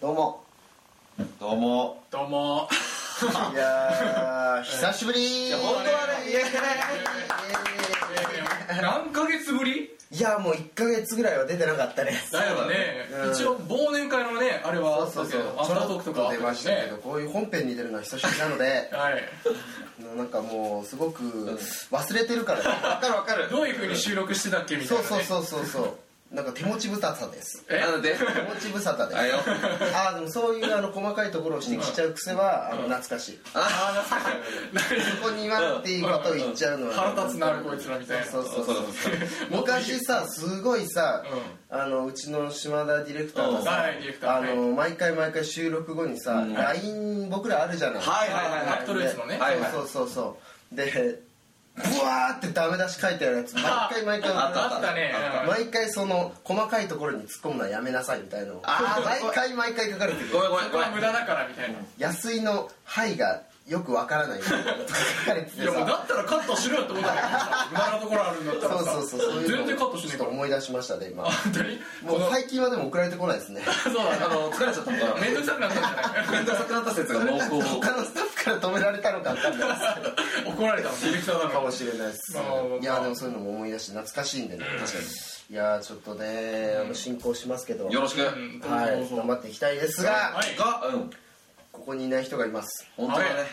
どうもどうもどうもいやー久しぶりいや本当はねいやいや何ヶ月ぶりいやもう1か月ぐらいは出てなかったねだよねうん一応忘年会のねあれはあったけどアフタートークとかは出ましたけどこういう本編に出るのは久しぶりなの ではいなんかもうすごく忘れてるからね わかるわかるどういう風に収録してたっけみたいそなうねそうそうそうそうなんか手持ち無沙汰ですえなので手持ち無沙汰ですあ よあーでもそういうあの細かいところを指摘しちゃう癖はあの懐かしいあーなんかそこに言わなくていいことを言っちゃうのは腹立つなこいつらみたいなそうそうそそううそうそう昔さすごいさ、あのうちの島田ディレクターがうんさはいディレクターあの毎回毎回収録後にさ LINE 僕らあるじゃないはいはいはいはアいクトルーツのねはいはいそうそうそうそうでブワーってダメ出し書いてあるやつ毎回毎回ああったねうん毎回その細かいところに突っ込むのはやめなさいみたいなのあー毎回毎回書かれてるごめんごめそんごこめはん無駄だからみたいな安井の「はい」がよくわからないみたいなのとか書かれていてやもうさだったらカットしろよって思ったけどさ無駄なところあるんだったそらうさそうそうそういうの全然カットしねちょえっかとら思い出しましたね今あ本当にもこうの最近はでも送られてこないですねそうだあねの疲れちゃったのかな面倒くさくなったんじゃない面倒くさくなった説が濃厚他のスタッフから止められたのか分かんないですけど怒られたのディレクターだかからもしれないです、まあまあまあまあいやでもそういうのも思い出して懐かしいんでね、確かいやちょっとね、あの進行しますけどによろしくうんどうぞはどういぞ頑張っていきたいですが、はいがうんここにいない人がいます本当だねあれこ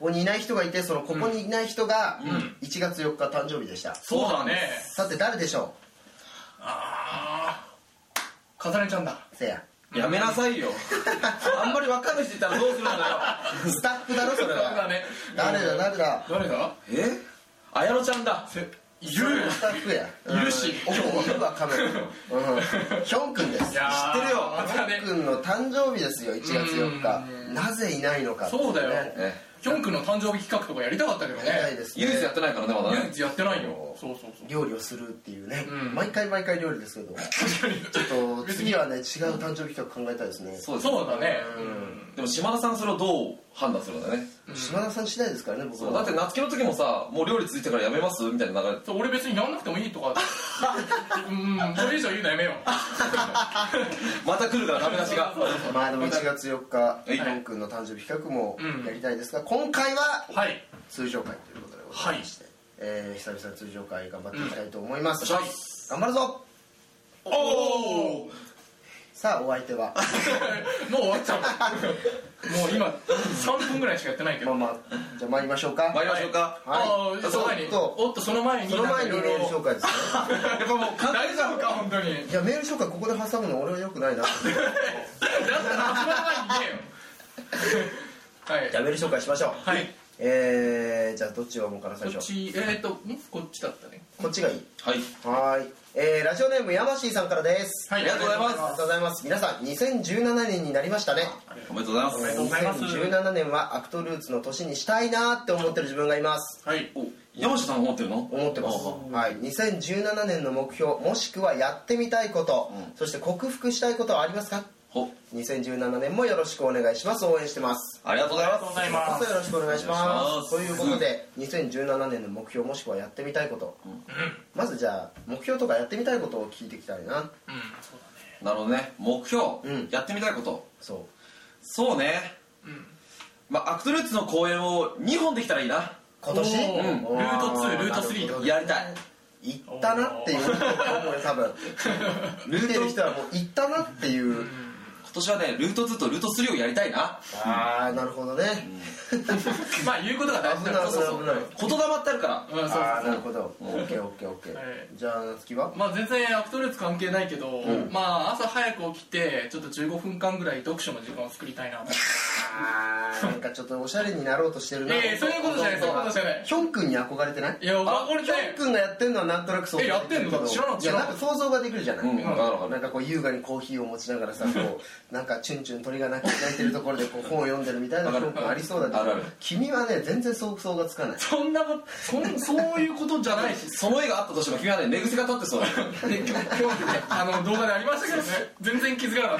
こにいない人がいてそのここにいない人がん1月4日誕生日でした、そうなんでさて誰でしょああかさねちゃんだうせやすやめなさいよあんまりわかんない人いたらどうするんだよスタッフだろそれ そうだはね誰だ誰だ誰だえあやのちゃんだせいそれるもスタッフやいるしおいるわカメラうんヒョン君ですいやー知ってるよまたヒョンね君の誕生日ですよ1月4日なぜいないのかっていねそうだよえヒョン君の誕生日企画とかやりたかったけどいないねですね唯一やってないからねまだ唯ね一やってないよそうそうそう料理をするっていうね、うん毎回毎回料理ですけどちょっと次はね違う誕生日企画考えたいですねそうですそうだねでも島田さんそれをどう判断するんだね島田さん次第ですからね僕そはうだって夏希の時もさもう料理ついてからやめますみたいな流れそう俺別にやんなくてもいい とかうんそれ以上言うのやめようまた来るからダメ出しがまあでも1月4日いヒョン君の誕生日企画もうんやりたいですが、今回ははい通常会ということでございまして、えー久々通常会頑張っていきたいと思います、うんはい頑張るぞお おもうさあお相手は終わっちゃうもう今3分ぐらいしかやってないけまあどまあじゃあ参りましょうか参りましょうかはいあーその前にちょっとおっとその前にその前にメール紹介 ですねやっぱもう完大全だ丈夫か本当にいやメール紹介ここで挟むの俺はよくないなだったら始まらないんよはいじゃあメール紹介しましょうはいえー、じゃあどっちを読もうかなこ最っ初ちえー、っとんこっちだったねこっちがいいはいはーい、えー、ラジオネームヤマシーさんからですはいありがとうございますありがとうございます皆さん2017年になりましたねおめでとうございますめでとうございます2017年はアクトルーツの年にしたいなーって思ってる自分がいますはいお山下さん思ってるの思ってますああはい2017年の目標もしくはやってみたいこと、うんそして克服したいことはありますかほ2017年もよろしくお願いします応援してますありがとうございますざいどうぞよろしくお願いしますとお願いいしまうすことで2017年の目標もしくはやってみたいこと、まずじゃあ目標とかやってみたいことを聞いていきたいなうんそうだねなるほどね目標、うんやってみたいことそそうねうんまあアクトルーツの公演を2本できたらいいなう今年おーうんルート2あルート3なるほどやりたい行ったなっていう人だ と思うよ多分見てる人はもう行ったなっていう今年はねルート2とルート3をやりたいなああなるほどねまあ言うことが大事危だない危からそうないそう危ない言霊ってあるからうんそうそうああなるほどオッケーオッケーオッケはいーじゃあ夏希はまあ全然アクトルーツ関係ないけど、まあ朝早く起きてちょっと15分間ぐらい読書の時間を作りたいなとあーなんかちょっとおしゃれになろうとしてるなええそういうことじゃないそういうことじゃないヒョン君に憧れてないいやあ憧れてないヒョン君がやってるのはなんとなくそうえやってんの知らなかったいやなんか想像ができるじゃない、うんわかるわなかんるかこう優雅にコーヒーを持ちながらさこうなんかチュンチュン鳥が鳴き鳴いてるところでこう本を読んでるみたいなわかる表現ありそうだけあるあどる君はね全然想像がつかないそんなことそんそういうことじゃないしその絵があったとしても君はね寝癖が立ってそうだよで今日今日あの動画でありましたけどね全然気づかなかっ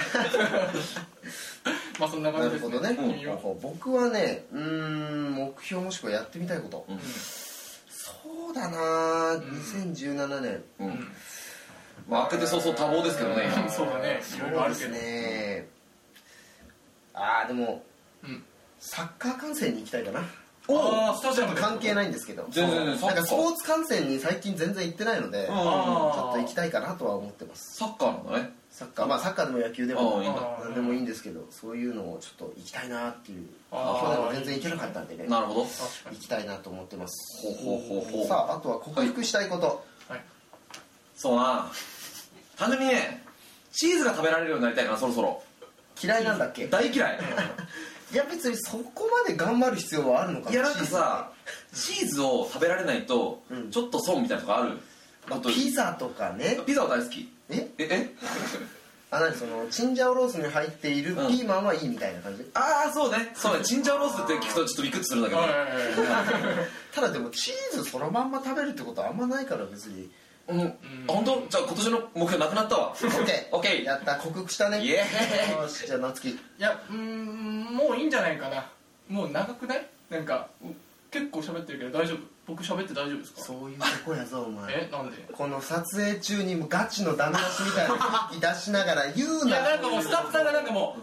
た まあそんなな感じるですほねどね、君はうん僕はねうーん目標もしくはやってみたいこと、んそうだな2017年、うんまあ開けて早々多忙ですけどねそうだねいろいろあるけどそうですねでもうんサッカー観戦に行きたいかなああスタジアムで関係ないんですけど全然そうなんかサスッカーポーツ観戦に最近全然行ってないので、うんちょっあとあ行きたいかなとは思ってますサッカーなのねサッカーまあサッカーでも野球でうもんいいんだああ何でもいいんですけどそういうのをちょっと行きたいなっていうああ去年も全然行けなかったんでねなるほど確か行にきたいなと思ってますほうほうほうほうさああとは克服したいこと、はいそうな単純にねチーズが食べられるようになりたいなそろそろ嫌いなんだっけ大嫌いいや別にそこまで頑張る必要はあるのかいやなんかさチーズを食べられないとうんちょっと損みたいなとこあるまあことピザとかねピザは大好きえええあ何そのチンジャオロースに入っているうんピーマンはいいみたいな感じ、ああそうねそうねチンジャオロースって聞くとちょっとビクッとするんだけどはいはいはいはいただでもチーズそのまんま食べるってことはあんまないから別にうん、あ本当じゃあ今年の目標なくなった わ OK オッケーやった克服したねイエーイよしじゃあ夏希いやうーんもういいんじゃないかなもう長くないなんかう結構喋ってるけど大丈夫僕喋って大丈夫ですかそういうとこやぞお前えなんでこの撮影中にもうガチのダメ出しみたいに出しながら言ういなやなんかもうスタッフさんがなんかもう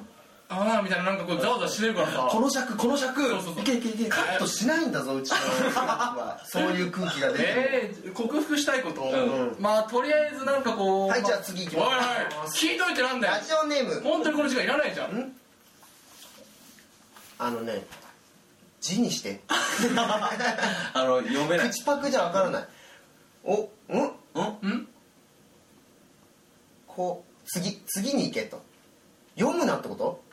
ああみたいななんかこうざわざわしてるからさこの尺この尺そうそうそういけいけいけカットしないんだぞうちのスタッフはそういう空気が出てるえー、克服したいこと、うんまあとりあえずなんかこうはいまじゃあ次行きまおいおい聞いといてなんだよラジオネーム本当にこの時間いらないじゃんんあのね字にしてあの読めないん口パクじゃわからないおんうんこう次次に行けと読むなってこと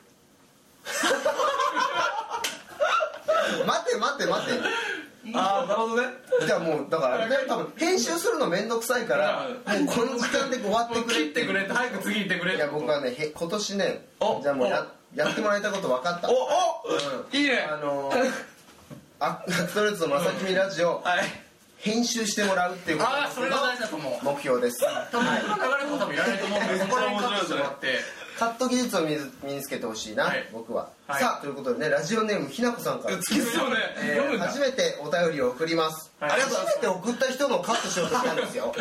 待て待て待ああなるほどねてじゃあもうだからあれだよ多分編集するの面倒くさいからもうこの時間で終わっもてうくれ切ってくれって早く次行ってくれいや僕はねへ今年ねおじゃあもうややってもらいたいこと分かったおおうんいいねあのーあストレートのまさきみラジオはい編集してもらうっていうことああそれが大事だと思う目標です多分僕の流れとか多分いらないと思うんだけどそこら辺カットしてもらってカット技術を身に身につけてほしいな、はい僕は、はいさあということでねラジオネームひなこさんから、突き進むねえー読むんだ初めてお便りを送ります、はいありがとう初めて送った人のカットしようとしたんですよ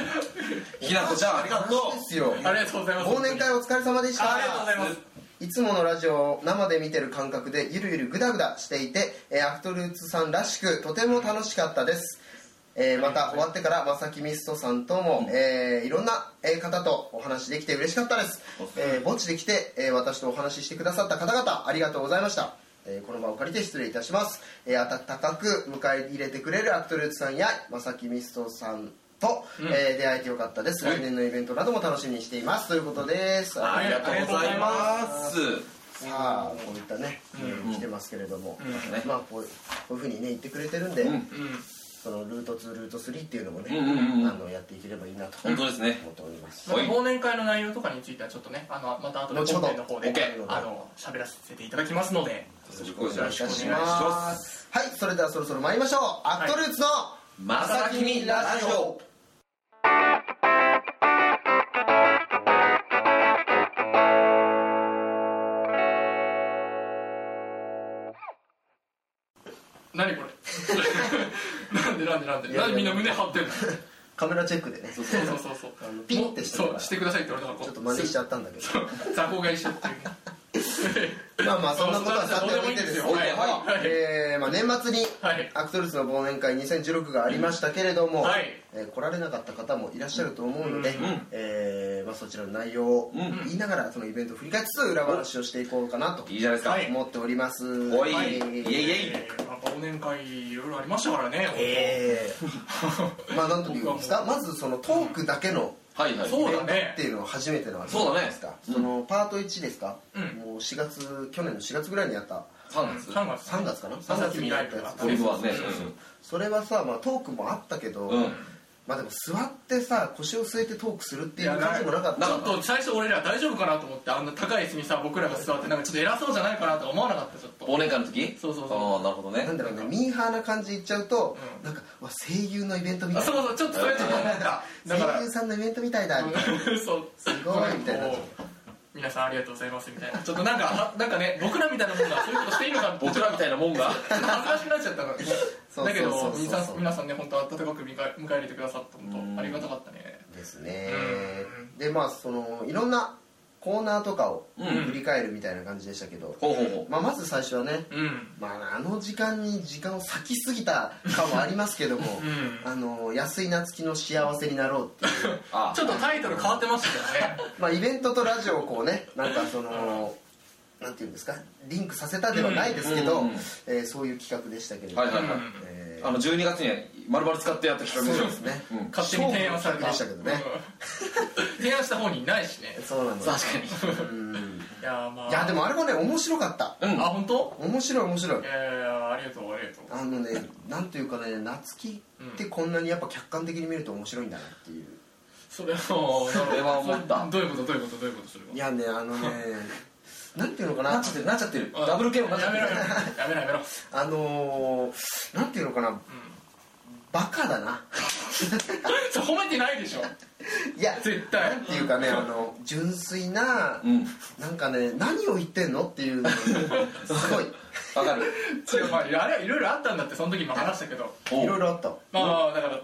ひなこちゃんありがとうマジですよありがとうございます忘年会お疲れ様でしたありがとうございますいつものラジオを生で見てる感覚でゆるゆるグダグダしていて、えーアフトルーツさんらしくとても楽しかったです、えーまた終わってからまさきミストさんとも、えーいろんなえー方とお話できて嬉しかったです、えー、墓地で来て、えー私とお話ししてくださった方々ありがとうございましたえーこの場を借りて失礼いたします、えー温かく迎え入れてくれるアクトルーツさんやまさきミストさんと、えー出会えてよかったです来年のイベントなども楽しみにしていますということですありがとうございますさあこういったね、来てますけれども、んまあこうこういうふうにね言ってくれてるんで、うんうんそのルート2ルート3っていうのもね、うんうんうんあのやっていければいいなと本当ですね思っております、まあ忘年会の内容とかについてはちょっとねあのまた後で後ほ本ど編の方で OK あの喋らせていただきますのでよろしくお願いしいたますしますはいそれではそろそろ参りましょうアクトルーツのまさきみラジオ何これ なんでなんでなんでいやいやなんでみんな胸張ってんのカメラチェックでねちそうそうそうそうあのピンってしてるもからうそうしてくださいって言われたからょっと真似しちゃったんだけど 雑魚買いしちゃっていう ねまあまあそんなことはさておいてですよどうでもいいんですよはいはいえーまあ、年末にはいアクトルーツの忘年会2016がありましたけれども、はいえー来られなかった方もいらっしゃると思うので、んえーまあ、そちらの内容をうん言いながらそのイベントを振り返りつつ裏話をしていこうかなといいじゃないですか、はい思っておりますおいはイエイイエイえーなんか忘年会いろいろありましたからねえー、まあ何と言うんですかまずそのトークだけのはいはいそうだねっていうのは初めてなわけじそゃうなだいねですかうんそのパート1ですか、うんもう4月去年の4月ぐらいにやった3月3月3月かな3月にライブがあったオリーブはねそれはさ、まあ、トークもあったけど、うん、うんまあでも座ってさ腰を据えてトークするっていう感じもなかっちたょっと最初俺ら大丈夫かなと思ってあんな高い椅子にさ僕らが座ってなんかちょっと偉そうじゃないかなとか思わなかったちょっと忘年会の時そうそうそうああなるほどねなんだろうねミーハーな感じいっちゃうと、うんなんかうわ声優のイベントみたあいそうそうちょっとそれちょっと思っただかなら声優さんのイベントみたいだみたいなうんそうすごいみたいなこう皆さんありがとうございますみたいなちょっとなんかあなんかね僕らみたいなもんがそういうことしていいのか って僕らみたいなもんが恥ずかしくなっちゃったからねそうだけそうどそうそう皆さん皆さんね本当温かく迎え迎え入れてくださったう本ん当ありがたかったねですねでまあそのいろんなコーナーとかをうん振り返るみたいな感じでしたけど、ほうほうほまあ、まず最初はね、うんまあ、あの時間に時間を割きすぎた感もありますけども、うんあの安井夏樹の幸せになろうっていううあちょっとタイトル変わってましたよねまあ、イベントとラジオをこうねなんかその、なんていうんですかリンクさせたではないですけど、うんうんうんえーそういう企画でしたけれども、はいはいはい、うんえーあの12月に丸々使ってやった企画でしょそうですねうん勝手に提案された勝負の企画でしたけうん提案した方にいないしねそうなんです確かにうんいやーまあいやでもあれもね面白かったうんあ本当面白い面白いいやいやいやありがとうありがとうあのねなんていうかね夏希ってこんなにやっぱ客観的に見ると面白いんだなっていうそれはそれは思ったどういうことどういうことどういうことそれはいやねあ のねなんていうのかななっちゃってるなっちゃってるうんダブルゲームなっちゃっやめてろるやめろやめろやめろあのー、なんていうのかなバカだな それ褒めてないでしょいやっ絶 対ていうかねあの純粋なうんなんかね何を言ってんのっていうの がすごいわかる違うまああれはいろいろあったんだってその時も話したけどおいろいろあったまあまあだから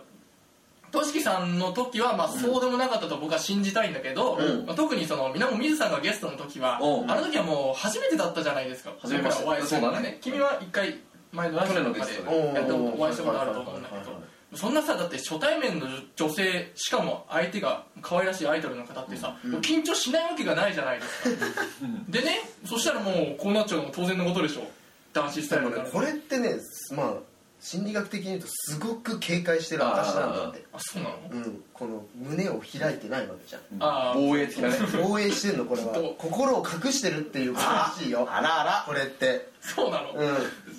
としきさんの時はまあそうでもなかったと僕は信じたいんだけど、うんまあ、特にそのみなもみずさんがゲストの時は、うんあの時はもう初めてだったじゃないですか初めまして僕らお会いしたのがそうだね君は一回前のラジオとかで去年のゲストでやったことお会いしたことあると思うんだけはいはいはいはどそんなさだって初対面の女性しかも相手が可愛らしいアイドルの方ってさ、もう緊張しないわけがないじゃないですか、でねそしたらもうこうなっちゃうのも当然のことでしょ男子スタでイルもだからねこれってねまあ心理学的に言うとすごく警戒してる私なんだってあそうなのうんこの胸を開いてないわけじゃんあー防衛的なね防衛してんのこれはきっと心を隠してるっていうことらしいよあらあらこれってそうなの、うん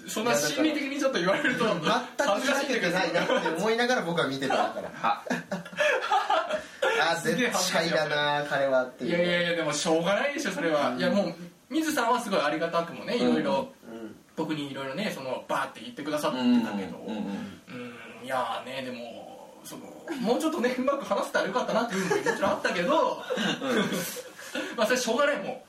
そんな心理的にちょっと言われると全く恥ずかし開けいてないなって思いながら僕は見てたからあ あすげえ絶対だな彼はっていういやいやいやでもしょうがないでしょそれは、いやもう水さんはすごいありがたくもねいろいろ、うん僕にいろいろねそのバーって言ってくださってうんたけどうんうんうんいやーねでもそのもうちょっとねうまく話せたらよかったなっていうのももちろんあったけど まあそれしょうがないも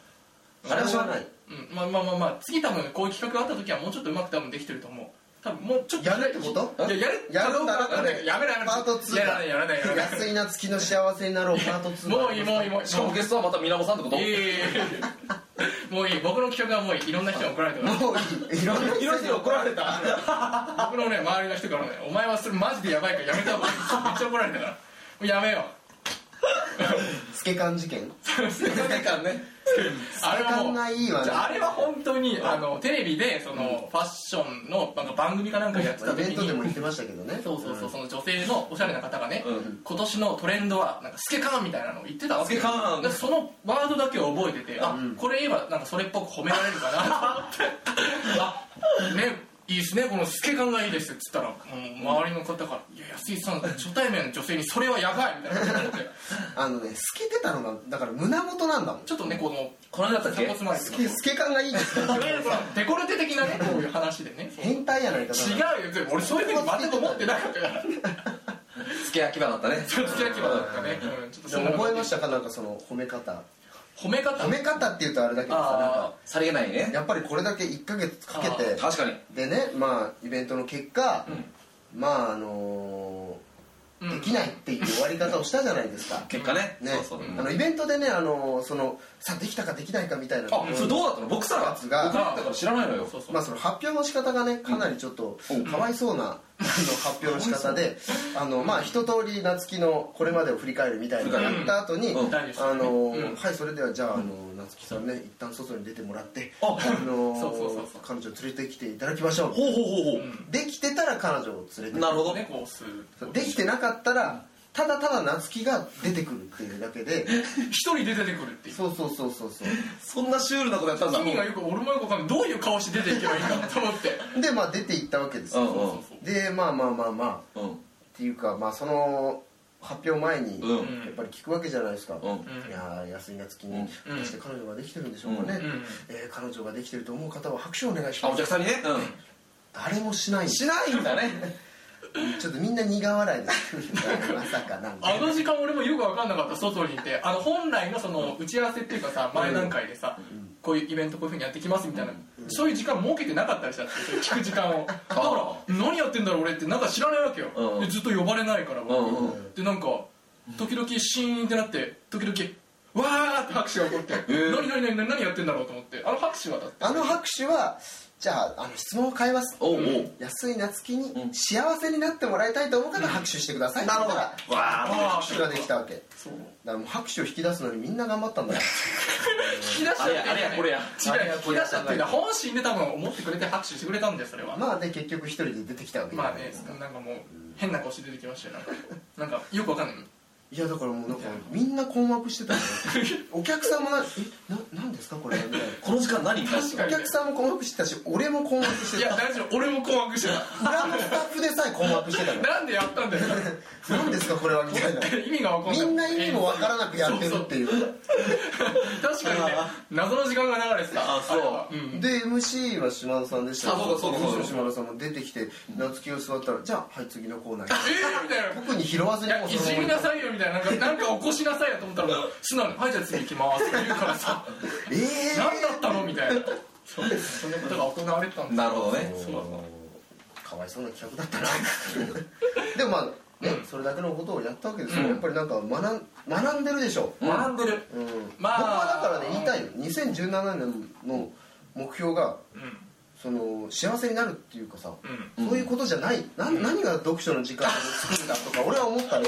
うあれはしょうがないうん、まあまあまあまあ次多分こういう企画があった時はもうちょっとうまく多分できてると思う多分もうちょっとやるってこといややるやるんだなやめないやめないパート2だやらないやらないやらない安い夏希の幸せになろうパート2もういいもういいもういいしかもゲストはまたみなもさんってこといやいやいやいやもういい僕の企画はもういいいろんな人に怒られてますもういいいろんな人に怒られ た僕のね周りの人からね「お前はそれマジでやばいからやめた方がいい」めっちゃ怒られてたからもうやめよスケカン事件間ねうあれはスケカもンうがいいわじねゃああれは本当にあのテレビでそのファッションのなんか番組かなんかやってたイ時ベントでにも言ってましたけどねそうそうそうその女性のおしゃれな方がねうん今年のトレンドはなんかスケカーンみたいなのを言ってたわけよスケカーンでそのワードだけを覚えててあうんこれ言えばなんかそれっぽく褒められるかなと思ってあねいいですねこのスケカーンがいいですって言ったらもう周りの方から「いや安井さん初対面の女性にそれはやばい」みたいなこと言ってあのね透けてたのがだから胸元なんだもんちょっとねこのこの間だったっけ鎖骨前透け透け感がいいですいわゆるこのデコルテ的なねこういう話でね変態やないか違ううよでも俺そういうふうに全く思ってなかったからつけ焼き場だったねそれ付き合い希望だったねうんちょっとそんなこと覚えましたかなんかその褒め方褒め方褒め方っていうとあれだけどさなんあかあさりげないねやっぱりこれだけ1ヶ月かけて確かにでねまあイベントの結果、まああのーうんできないっていう終わり方をしたじゃないですか結果ねねそうそうあのイベントでね、あのーそのさあできたかできないかみたいなあそれどうだったの僕さ僕だったから知らないのよそうそうまあ、その発表の仕方がねかなりちょっとうんかわいそうな、あの発表の仕方 であのまあ一通り夏希のこれまでを振り返るみたいなのをやった後に、うんうん大事ですねあのうんはいそれではじゃああの夏希さんね一旦外に出てもらってああのそうそうそうそう彼女を連れてきていただきましょうほうほうほうほできてたら彼女を連れてくうなるほどねこうするできてなかったらただただ夏希が出てくるっていうだけ で一人で出てくるっていうそうそうそうそうそうそんなシュールなことやったんだ君がよく俺もよくわかんないどういう顔して出ていけばいいかと思ってでまあ出ていったわけですうよ、んうんそうそうでまあまあまあまあうんっていうかまあその発表前に、うんやっぱり聞くわけじゃないですか、うんいやー安井夏樹に、うん果たして彼女ができてるんでしょうかね、うんうんえー彼女ができてると思う方は拍手をお願いしあまおす客さんにね誰もしないんでしないんだねちょっとみんな苦笑いです まさかなんあかの時間俺もよく分かんなかった外にいてあの本来のその打ち合わせっていうかさ前段階でさこういうイベントこういうふうにやってきますみたいなそういう時間設けてなかったりしたって聞く時間をだから何やってんだろう俺ってなんか知らないわけようんでずっと呼ばれないからうんうんでなんか時々シーンってなって時々わーって拍手が起こって、ー何何何何何やってんだろうと思ってあの拍手はだってあの拍手はじゃああの質問を変えますおうおう安井夏樹にうん幸せになってもらいたいと思うから拍手してください、なるほど拍わーあ手ができたわけだかそうらもう拍手を引き出すのにみんな頑張ったんだよ引き出しちゃってあれやあれやこれや違う引き出しちゃってんだ本心で多分思ってくれて拍手してくれたんですそれはまあで結局一人で出てきたわけまあねいなんかもう変な顔して出てきましたよなんかなんかよくわかんないやだからもうなんかみんな困惑してたよ お客さんもな「えななんですかこれ」みたいこの時間何確かなおに客さんも困惑してたし俺も困惑しいてやた大丈夫俺も困惑してた裏のスタッフでさえ困惑して たかなんでやったんだよら何ですかこれはみたいな 意味がわかんないみんな意味もわからなくやってるっていう確かにね謎の時間が流れてたあそうれは うんで MC は島田さんでしたあそうかそうかそうか MC の島田さんも出てきて夏希を座ったら「じゃあはい次のコーナーえーみたいな特に拾わずいにやもういそのじままりなさいよみたいななんかなんか起こしなさいよと思ったら素直に「はいじゃあ次行きます」って言うからさええ何だったのみたいなそうそんなことが行われてたんですなるほどねそうそうかわいそうな企画だったな でもまあね、それだけのことをやったわけですよ、うんやっぱりなんか学ん学んでるでしょ、学んでるうんまあ僕はだからね言いたいよ2017年の目標がうんその幸せになるっていうかさ、うんそういうことじゃないな何が読書の時間を作るんだとか俺は思ったね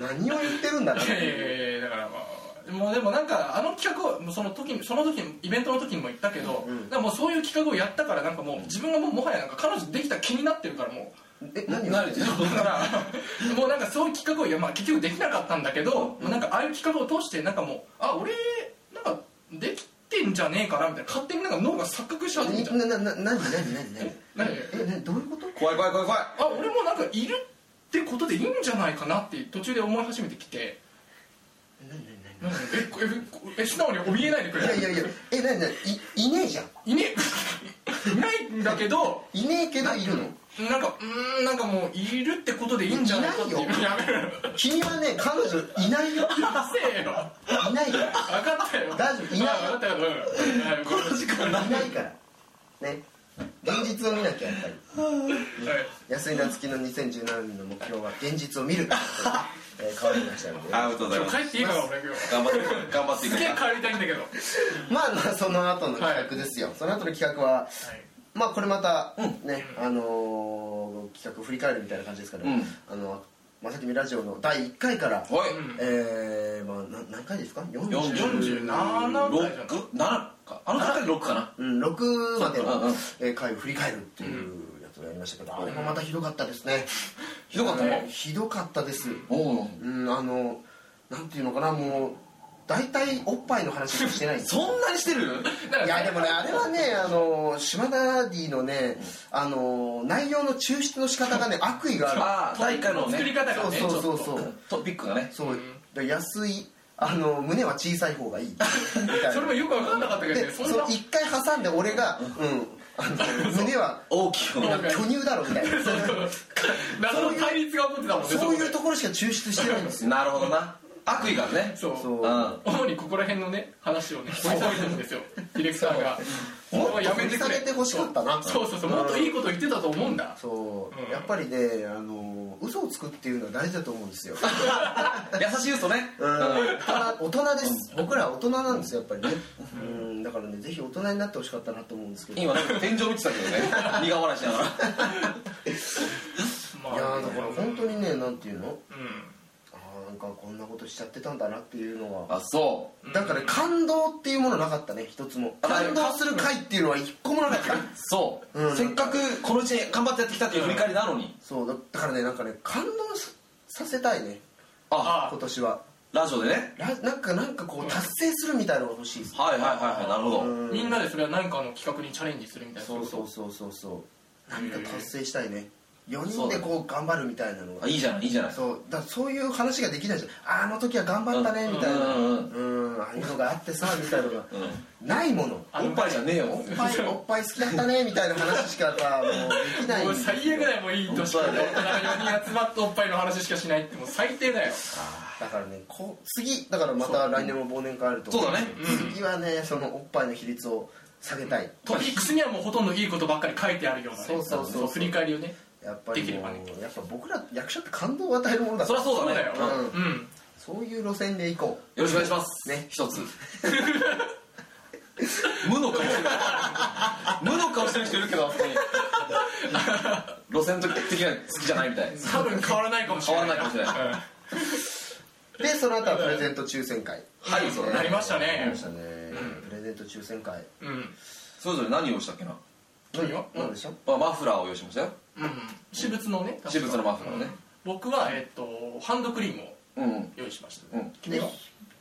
何を言ってるんだなっいて やいいうやいやいやだからまあもうでもなんかあの企画をもうその時にその時にイベントの時にも言ったけど、うんだからもうそういう企画をやったからなんかもう自分がもうもはやなんか彼女できた気になってるからもえ何を言ってるうだからもうなんかそういう企画をいやまあ結局できなかったんだけど、もうなんかああいう企画を通してなんかもうあ俺なんかできてんじゃねえかなみたいな勝手になんか脳が錯覚しちゃってんじゃんななな何何何何なんかえなどういうこと怖い怖い怖い怖いあ俺もなんかいるってことでいいんじゃないかなって途中で思い始めてきて何何なんかえこええ素直に怯えないでくれ何いやいやいやえ何何いいねえじゃんいねいないんだけどいねえけどいるのなんかうーんなんかもういるってことでいいんじゃないかっていういないよやめろよ君はね彼女いないようるせえよいないから分かったよ大丈夫いないよあ分かったようんこの時間いないからね現実を見なきゃやっぱり安井夏樹の2017年の目標は現実を見るってことで、えー変わりましたのでありがとうございます帰っていいから俺今日頑張って頑張っていすこげえうか帰りたいんだけどまあまあその後の企画ですよ、その後の企画はまあこれまたね、あのー企画振り返るみたいな感じですから、うんあのまさきみラジオの第1回からおいうんえー、まあな何回ですか40 40六47回じゃない七かあの時点で6かなうん、6までうんうのんえー回を振り返るっていうやつをやりましたけど、あれもまたひどかったですねひどかったねねひどかったですおおううんあのなんていうのかなもう大体おっぱいの話しかしてないんですそんなにしてるだいかやでもねあれはねあの島田 D のねあの内容の抽出の仕方がね悪意があるああ第1回のら作りね方がねちそょうっそうそうとそうトピックがねそうで安いあの胸は小さい方がいいみたいそれもなよく分かんなかったけどでねそそんなの一回挟んで俺がうんあの胸は大きいよ巨な乳だろみたいな謎の対立が起こってたもんねそうこいでうところしか抽出してないんですよなるほどな悪意があるねそうそううん主にここら辺のね話をね掘り下げてるんですよディレクターがもっとお前掘り下げてほしかったなそうそうそうもっといいこと言ってたと思うんだそう、うんやっぱりねあの嘘をつくっていうのは大事だと思うんです よ、優しい嘘ねうん、大人大人です僕らは大人なんですよやっぱりね、うん、だからねぜひ大人になってほしかったなと思うんですけどいや今なんか天井見てたけ どね苦笑いしながらまーだから本当にねなんていうのうあーなんかこんなことしちゃってたんだなっていうのはあそだから感動っていうものなかったね一つも感動する回っていうのは一個もなかったうそう、うんせっかくこのうちに頑張ってやってきたっていう振り返りなのに、そうだだからねなんかね感動ささせたいねああ今年はラジオでねらなんかなんかこう達成するみたいなのが欲しいですはいはいはいはいなるほど、うんみんなでそれは何かの企画にチャレンジするみたいなそうそうそそうそうそうなんか達成したいね4人でこう頑張るみたいなのあがいいじゃないいいじゃないそうだそういう話ができないじゃんああの時は頑張ったねみたいなうんうんうんああいうのがあってさみたいなのがうんないものあのおっぱいじゃねえよおっぱいおっぱい好きだったねみたいな話しかさもうできないんもうですよ最悪だよもういい年だよ4人集まっておっぱいの話しかしないってもう最低だよだからねこう次だからまた来年も忘年会あると思そうだねうん次はねそのおっぱいの比率を下げたいトピックスにはもうほとんどいいことばっかり書いてあるようなねそうそうそうそう振り返りをねやっぱりできれもばねうやっぱ僕ら役者って感動を与えるものだそかりゃらそうだねそうだようんうんそういう路線で行こよろしくお願いし ます。ね一つ。無の顔してる。無の顔してる人いるけど、あそこに。路線的には好きじゃないみたい。多分変わらないかもしれない変わらないかもしれないうでその後はプレゼント抽選会はい、そんなりましたありねましたねプレゼント抽選会うんそれぞれ何を用意したっけな。何よ何でしたあマフラーを用意しましたよ。うん私物のね私物のマフラーね僕はえっとハンドクリームをうん。用意しましたうん。君は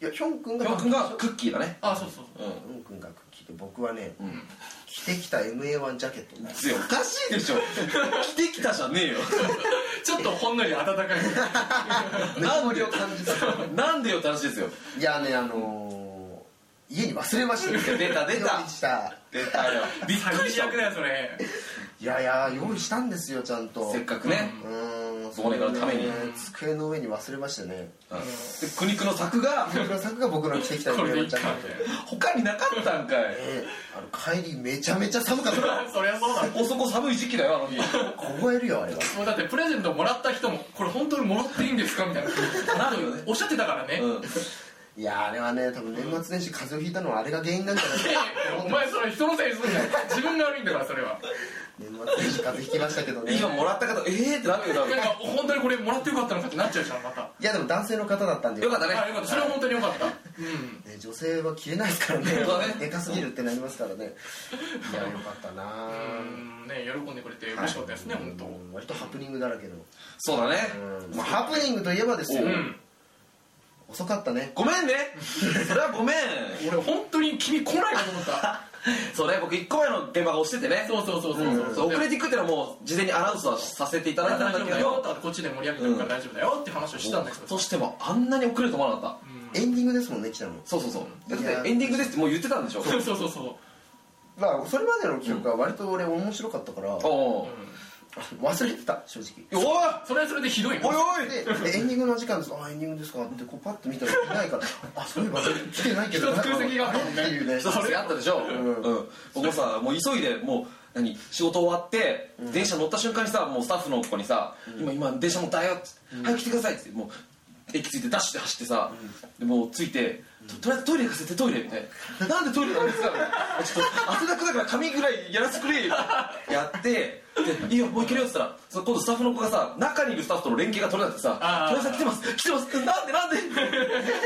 いやヒョン君ヒがョン君がクッキーだね。あそ うそううヒん。ョン君が聞いて僕はねうん着てきた MA1 ジャケットいやおかしいでしょ着てきたじゃねえよ ちょっとほんのり温かいなんでよなんでよって話ですよいやねあのー家に忘れましたよ出た出た用意した出たよびっくりした最悪だよそれいやいや用意したんですよちゃんとせっかくね、うーん忘年会のためにそれね机の上に忘れましたねうん、で苦肉の策が僕の作が僕の着てきたこれでい MA1 いジかャみケたいット他になかったんかいえあの帰りめちゃめちゃ寒かったなそりゃそうだおそこ寒い時期だよあの日凍えるよあれはもうだってプレゼントもらった人もこれ本当にもらっていいんですかみたいななるよねおっしゃってたからね、うんいやあれはね多分年末年始風邪をひいたのはあれが原因なんじゃないでお前それ人のせいにすんなよ自分が悪いんだからそれは年末年始風邪ひきましたけどね今もらった方ええー、ってなるよ多なん分か本当にこれもらってよかったのかってなっちゃうじゃんまたいやでも男性の方だったんでよかったねあよかったそれは本当によかったうんね女性は着れないですからね本当だねでかすぎるってなりますからねいやよかったなうーんね喜んでくれて嬉しかったですね本当うん割とハプニングだらけの、そうだねうんまあ、ハプニングといえばですよううん遅かったねごめんねそれはごめん俺本当に君来ないかと思ったそうね僕一個前の現場が押しててねそうそうそうそうそうそう遅れていくっていうのはもう事前にアナウンスはさせていただい大たん丈だけ夫だよどってこっちで盛り上げてるから大丈夫だよって話をしたんだけどとしてもあんなに遅れると思わなかったエンディングですもんね来たのそうそうそうだいやってエンディングですってもう言ってたんでしょそうそうそうそうまあそれまでの記憶は割と俺面白かったから、おう忘れてた正直おいそれはそれでひどいねおいおいででエンディングの時間ですあエンディングですかってこうパッと見たらいないからあそういえば来てないけど一つ空席があったもんねあれっていうね一つあったでしょ、うん僕もさもう急いでもう何仕事終わって、電車乗った瞬間にさもうスタッフの子にさ「今今電車乗ったよ」って早く来てください」ってもう駅着いてダッシュで走ってさ、でもう着いてととりあえずトイレ行かせてトイレみたいななんでトイレなんですか みたいなちょっと汗だくだから髪ぐらいやらせてくれよやってで「いいよもう行けるよ」っつったらその今度スタッフの子がさ中にいるスタッフとの連携が取れなくてさ「あートイレさん来てます来てますなんでなんで」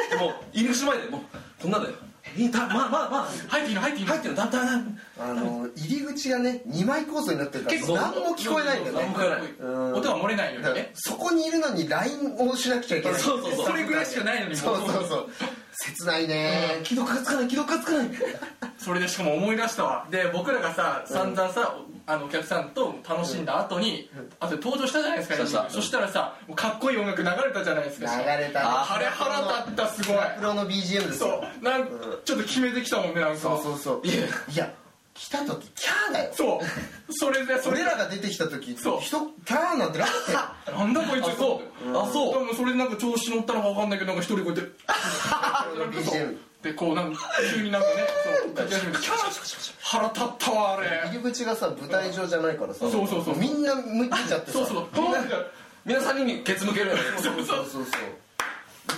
でもう入り口前でもうこんなんだよ「いいだまあまあまあ」入っていいの入っていいの入ってるだんだんだんあの入り口がね2枚構造になってるから結構何も聞こえないんだよ何ねも聞こえないうん音が漏れないようだにからねそこにいるのに LINE をしなくちゃいけないそうそうそうそれぐらいしかないのにそうそうそううそう切ないね既読がつかない既読がつかないそれでしかも思い出したわで僕らがさ散々さあのお客さんと楽しんだ後にあと登場したじゃないですかしたしたエンディングそしたらさもうかっこいい音楽流れたじゃないです流かれたああれ腹立ったすごいプロの BGM ですよそうなんかちょっと決めてきたもんねなんかそうそうそういやいや来た時キャーだよそうそれでそ俺れらが出てきた時そ人うキャーなんてなかったよなんだこいつそうあ多そう分それでなんか調子乗ったのか分かんないけどなんか一人こうやってプロの BGM でこうなんか急になんかねそう書き始めてキャー腹立ったわあれ入り口がさ舞台上じゃないからさそうそうそうみんな向いてちゃってさそうそうどうなんだ皆さんにケツ向けるよねそうそうそうそう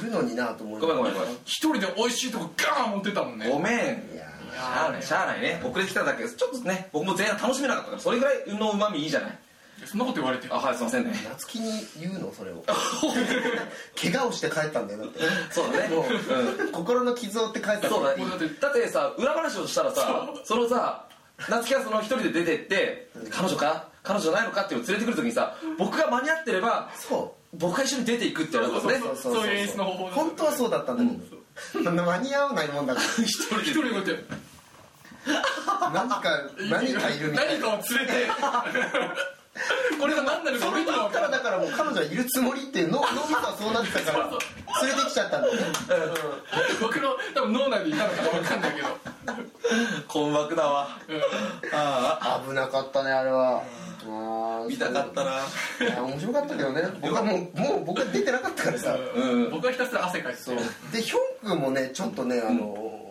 いるのになと思いごめんごめんごめん一人で美味しいとこガーン持ってたもんねごめんいやいしやゃあーないしゃあないね遅れてきただけですちょっとね僕も前半楽しめなかったからそれぐらいのうまみいいじゃないそんなこと言われてあはいすいませんねー夏希に言うのそれを 怪我をして帰ったんだよだってそうだねもうう心の傷を負って帰ったんそうだね俺だってだってさ裏話をしたらさそのさ夏希がその一人で出てって彼女か彼女じゃないのかっていうのを連れてくるときにさ僕が間に合ってればそ僕が一緒に出ていくってやるそこうとそうねそうそうそうそうそういう演出の方法う本当はそうだったんだけど、間に合わないもんだか一人で一人でこうやってら何か何かいるみたい何なかを連れてこれが何なのか俺にはだ分かかららなだいからもう彼女はいるつもりっていうの脳みそはそうなってたから連れてきちゃったんだよね僕の多分脳内でいたのか分かんないけど困惑だわあ危なかったねあれはあーあ見たかったないや面白かったけどね僕はもうもう僕は出てなかったからさうん僕はひたすら汗かいててでヒョン君もねちょっとねあのー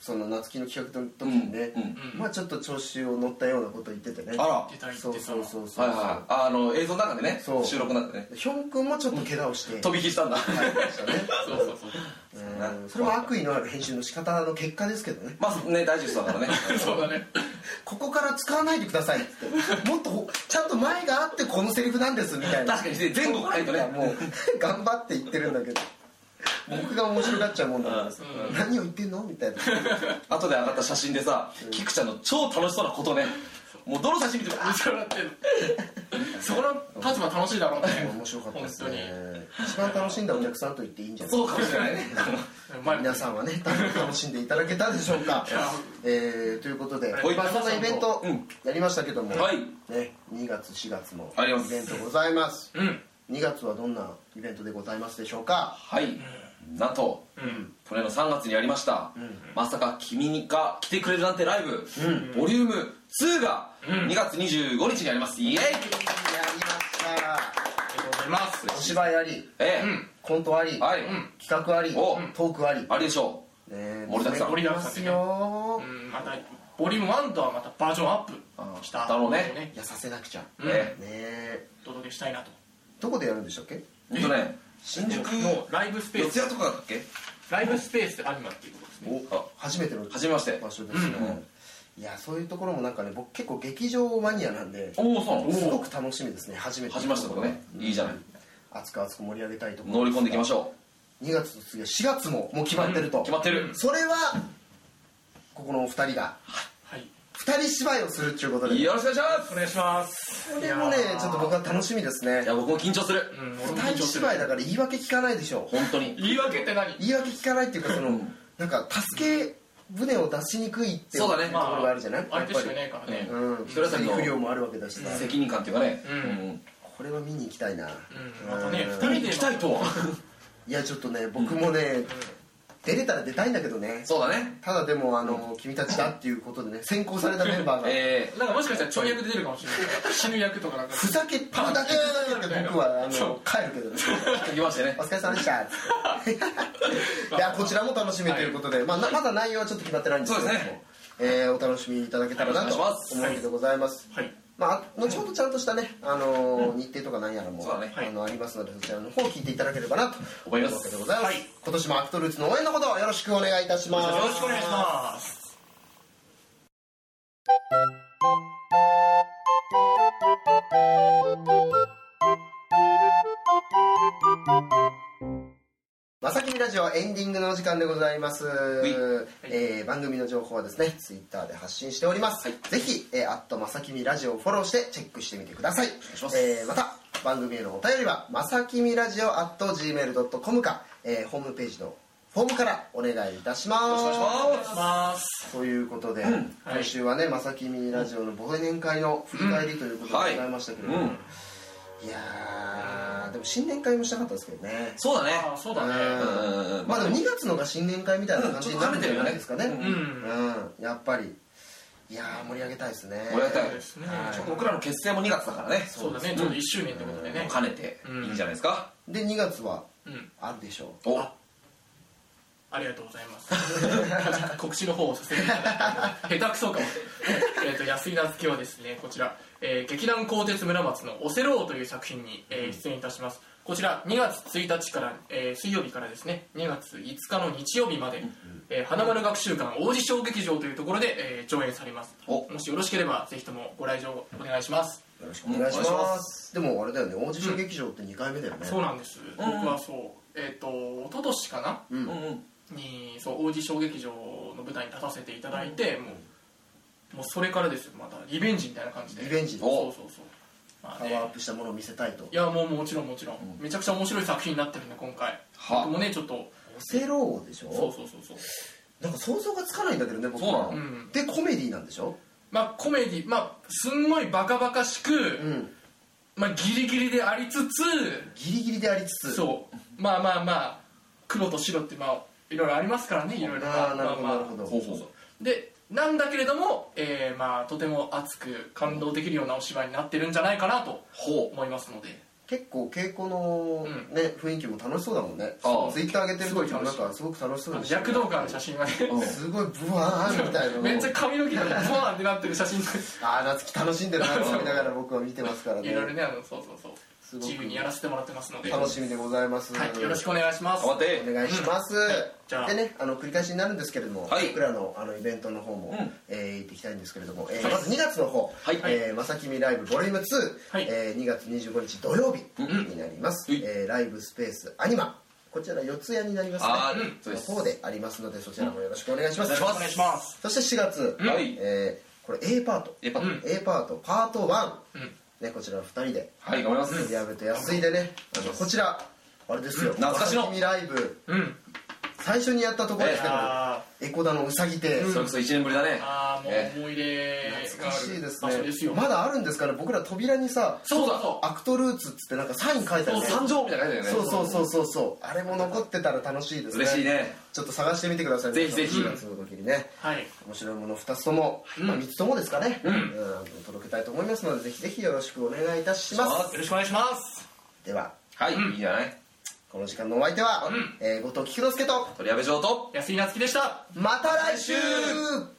その夏希の企画の時にね、うんうんうんまあちょっと調子を乗ったようなこと言っててねあら出たいってさそうそうそうそう、はいはいあの映像の中でねそう収録の中でねヒョン君もちょっと怪我をして飛び火したんだそうそうそううんそれも悪意のある編集の仕方の結果ですけどねまあね大丈夫そうだからねそうだねここから使わないでくださいっつってもっとほちゃんと前があってこのセリフなんですみたいな 確かにね前後がないとねもう 頑張って言ってるんだけど僕が面白がっちゃうもんだからさうん何を言ってんのみたいな後で上がった写真でさ菊ちゃんの超楽しそうなことねもうどの写真見ても見てもらってるそこの立場楽しいだろうね面白かったです本ね一番楽しんだお客さんと言っていいんじゃないそうかもしれないね当に前皆さんはね多分楽しんでいただけたでしょう かいや、えーということで、はいまあ、そんなイベントうんやりましたけども、はいね、2月4月のありますイベントございますうん2月はどんなイベントでございますでしょうかはいなんとうん去年の3月にやりました、まさか君が来てくれるなんてライブ、ボリューム2が2月25日にあります、イエイやりまありがとうございますしたお芝居ありええうんコントあり、はい、ん企画ありおトークあり、ねあれでしょえ盛りだくさん盛りますよ、うんまたボリューム1とはまたバージョンアップしただろうねいやさせなくちゃねう、ええお届けしたいなとどこでやるんでしたっけえほんとね新宿のライブスペ四ース谷とかだっけライブスペースで始まるっていうことですねあ初めての初めまして場所ですね、いやそういうところもなんかね僕結構劇場マニアなんでおおそうなのすごく楽しみですね初めて始めましたとかねいいじゃない熱く熱く盛り上げたいと思乗り込んでいきましょょう2月と次は4月ももう決まってると、う決まってるそれはここのお二人がはい二人芝居をするっていうことでよろしくお願いしますお願いしますこれもねいやーちょっと僕は楽しみですねいや僕も緊張する、うん俺も二緊人張する芝居だから言い訳聞かないでしょう本当に言い訳って何言い訳聞かないっていうかそのなんか助け船を出しにくいっていうそとこうだろねがあるじゃない、相手やっしぱかいりないからねうん、一人当たりの不良もあるわけだしさ、責任感っていうかねうんこれは見に行きたいな、うんまたねうん二見に行きたいとはいやちょっとね僕もね、出れたら出たいんだけどね そうだねただでもあの、君たちだっていうことでね先行されたメンバーが、えなんかもしかしたらちょい役で出るかもしれない死ぬ役とかなんかふざけっぱだけふざけて僕はあのそう帰るけどねえー、きましてねお疲れ様でしたっつって いやこちらも楽しみということで、まあ、なまだ内容はちょっと決まってないんですけどもそうですねえーお楽しみいただけたらなとお願いします思うわけでございます、はいまあ、後ほどちゃんとしたね、あのー日程とかなんやらも、そうだねあのありますのでそちらの方を聞いていただければなと思いますわけでございます、はい今年もアクトルーツの応援のほどよろしくお願いいたしますよろしくお願いしますまさきみラジオエンディングのお時間でございます、いえー番組の情報はですねツイッターで発信しております、ぜひ「えー、アットまさきみラジオ」をフォローしてチェックしてみてくださいしますえーまた番組へのお便りはまさきみラジオ at gmail.com か、えーホームページのフォームからお願いいたしますよろしくお願いしお願いしますということで、はい今週はね「まさきみラジオ」の忘年会の振り返りということでございましたけれども、うんいやーでも新年会もしたかったですけどねそうだねあそうだねうんまあでも2月のが新年会みたいな感じになるんじゃないですかねうんちょっとううんんやっぱりいやー盛り上げたいですね盛り上げたいそうですねはいちょっと僕らの結成も2月だからねそうだねちょっと1周年ってことでね兼ねてうんいいんじゃないですか、で2月はうんあるでしょうおありがとうございます 告知の方をさせていただいて下手くそかもえっと安井な月はですねこちら、えー劇団鋼鉄村松の「オセロー」という作品に、えー出演いたしますこちら2月1日から、えー水曜日からですね2月5日の日曜日まで、えー花丸学習館王子小劇場というところで、えー上演されますおもしよろしければぜひともご来場お願いしますよろしくお願いしお願いしまますでもあれだよね王子小劇場って2回目だよねそうなんです、僕はそうえっ、と一昨年かなうんうんうんにそう王子小劇場の舞台に立たせていただいて、もうもうそれからですよまたリベンジみたいな感じでリベンジそうそうそうまあパワねーアップしたものを見せたいといやもうもちろんもちろん、めちゃくちゃ面白い作品になってるんで今回は僕もねちょっとオセローでしそうょそうそうそうなんか想像がつかないんだけどね僕そうなのうんでコメディなんでしょまあコメディまあすんごいバカバカしく、うんまあギリギリでありつつギリギリでありつつそうまあまあまあ黒と白ってまあいろいろありますからねいろいろあーなるほどまあなるほどほうほうでなんだけれども、えーまあ、とても熱く感動できるようなお芝居になってるんじゃないかなとほ思いますので結構稽古の、うんね雰囲気も楽しそうだもんねああツイッター上げてる時もなんすごいかすごく楽しそうあでのした躍動感の写真がねうんすごいブワーンみたいなのをめっちゃ髪の毛がブワーンってなってる写真ああ夏希楽しんでるなと思いながら僕は見てますからねいろいろねあのそうそうそうすご自由にやくらせてもらってますので、は楽しみでございます、い、よろしくお願いします頑張ってお願いします、じゃあでねあの繰り返しになるんですけれども、はい僕らのあのイベントの方も、うんえー行っていきたいんですけれども、えーはいまず2月の方「はいえーまさきみライブボリューム2、はいえー2月25日土曜日うんになります、はいえーライブスペースアニマこちら四ツ谷になりますねあーそうのです方でありますのでそちらもよろしくお願いしまおす、願いしますお願いしますそして4月、んはいえーこれ A パート、やっぱ、うん A パートパート1、うんね、こちらの2人ではい頑張ります、やべて安いでねあのこちらあれですよ懐かしまのさきみライブうん最初にやったところですけど、あエコダのうさぎ亭、それこそ1年ぶりだねーあーもえう思い出懐がかあしいるです場所ねですよ、まだあるんですかね僕ら扉にさそうだそアクトルーツっつってなんかサイン書いてあるね誕生日みたいな感じだよねそうそうそうそうそうあれも残ってたら楽しいですね嬉しいねちょっと探してみてくださいぜひぜひ皆さんの時にねうはい面白いもの2つとも、まあ、3つともですかね、うん届けたいと思いますのでぜひぜひよろしくお願いいたしますよろしくお願いしますでははい、いいんじゃないこの時間のお相手は、えー後藤菊之助と鳥矢部城と安井夏樹でしたまた来週来週